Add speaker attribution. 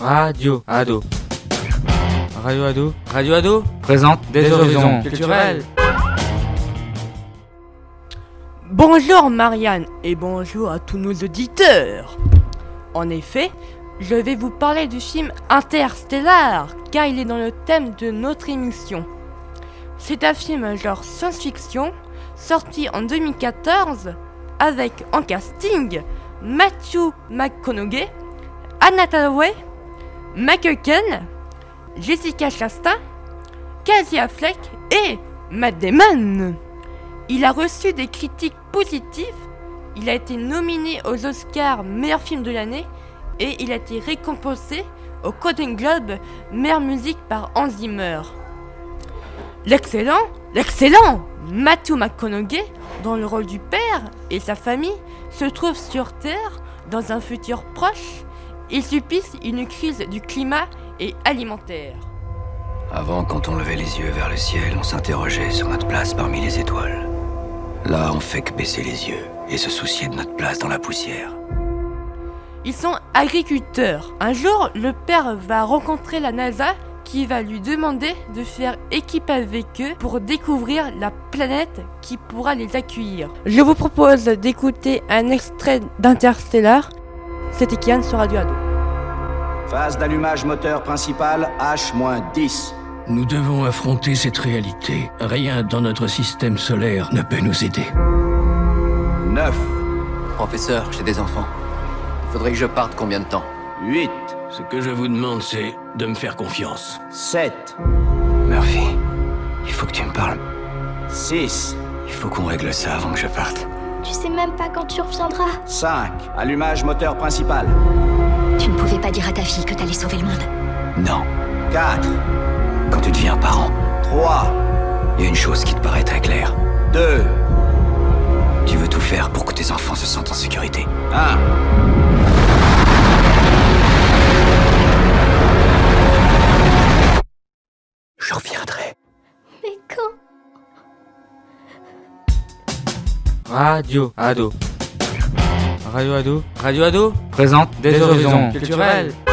Speaker 1: Radio Ado. Radio Ado. Radio Ado
Speaker 2: Présente
Speaker 1: Des, horizons, culturels.
Speaker 2: culturels.
Speaker 3: Bonjour Marianne et bonjour à tous nos auditeurs. En effet, je vais vous parler du film Interstellar car il est dans le thème de notre émission. C'est un film genre science-fiction sorti en 2014 avec en casting Matthew McConaughey, Anna Thaoué, Michael Ken, Jessica Chastain, Casey Affleck et Matt Damon. Il a reçu des critiques positives, il a été nominé aux Oscars meilleur film de l'année et il a été récompensé au Golden Globe meilleure musique par Hans Zimmer. L'excellent, l'excellent Matthew McConaughey, dans le rôle du père et sa famille, se trouve sur Terre dans un futur proche. Ils subissent une crise du climat et alimentaire.
Speaker 4: Avant, quand on levait les yeux vers le ciel, on s'interrogeait sur notre place parmi les étoiles. Là, on fait que baisser les yeux et se soucier de notre place dans la poussière.
Speaker 3: Ils sont agriculteurs. Un jour, le père va rencontrer la NASA qui va lui demander de faire équipe avec eux pour découvrir la planète qui pourra les accueillir. Je vous propose d'écouter un extrait d'Interstellar. C'était Kian sur Radio Ado.
Speaker 4: Phase d'allumage moteur principal H-10.
Speaker 5: Nous devons affronter cette réalité. Rien dans notre système solaire ne peut nous aider.
Speaker 4: 9,
Speaker 6: Professeur, j'ai des enfants. Faudrait que je parte combien de temps
Speaker 4: 8,
Speaker 5: Ce que je vous demande, c'est de me faire confiance.
Speaker 4: 7. Murphy, il faut que tu me parles. 6, il faut qu'on règle ça avant que je parte.
Speaker 7: Tu sais même pas quand tu reviendras.
Speaker 4: 5, allumage moteur principal.
Speaker 7: Tu ne pouvais pas dire à ta fille que t'allais sauver le monde.
Speaker 4: Non. 4. Quand tu deviens parent. 3. Il y a une chose qui te paraît très claire. 2. Tu veux tout faire pour que tes enfants se sentent en sécurité. 1. Je reviendrai.
Speaker 7: Mais quand
Speaker 1: Radio Ado. Radio Ado. Radio Ado
Speaker 2: Présente
Speaker 1: Des, horizons,
Speaker 2: horizons
Speaker 1: culturels.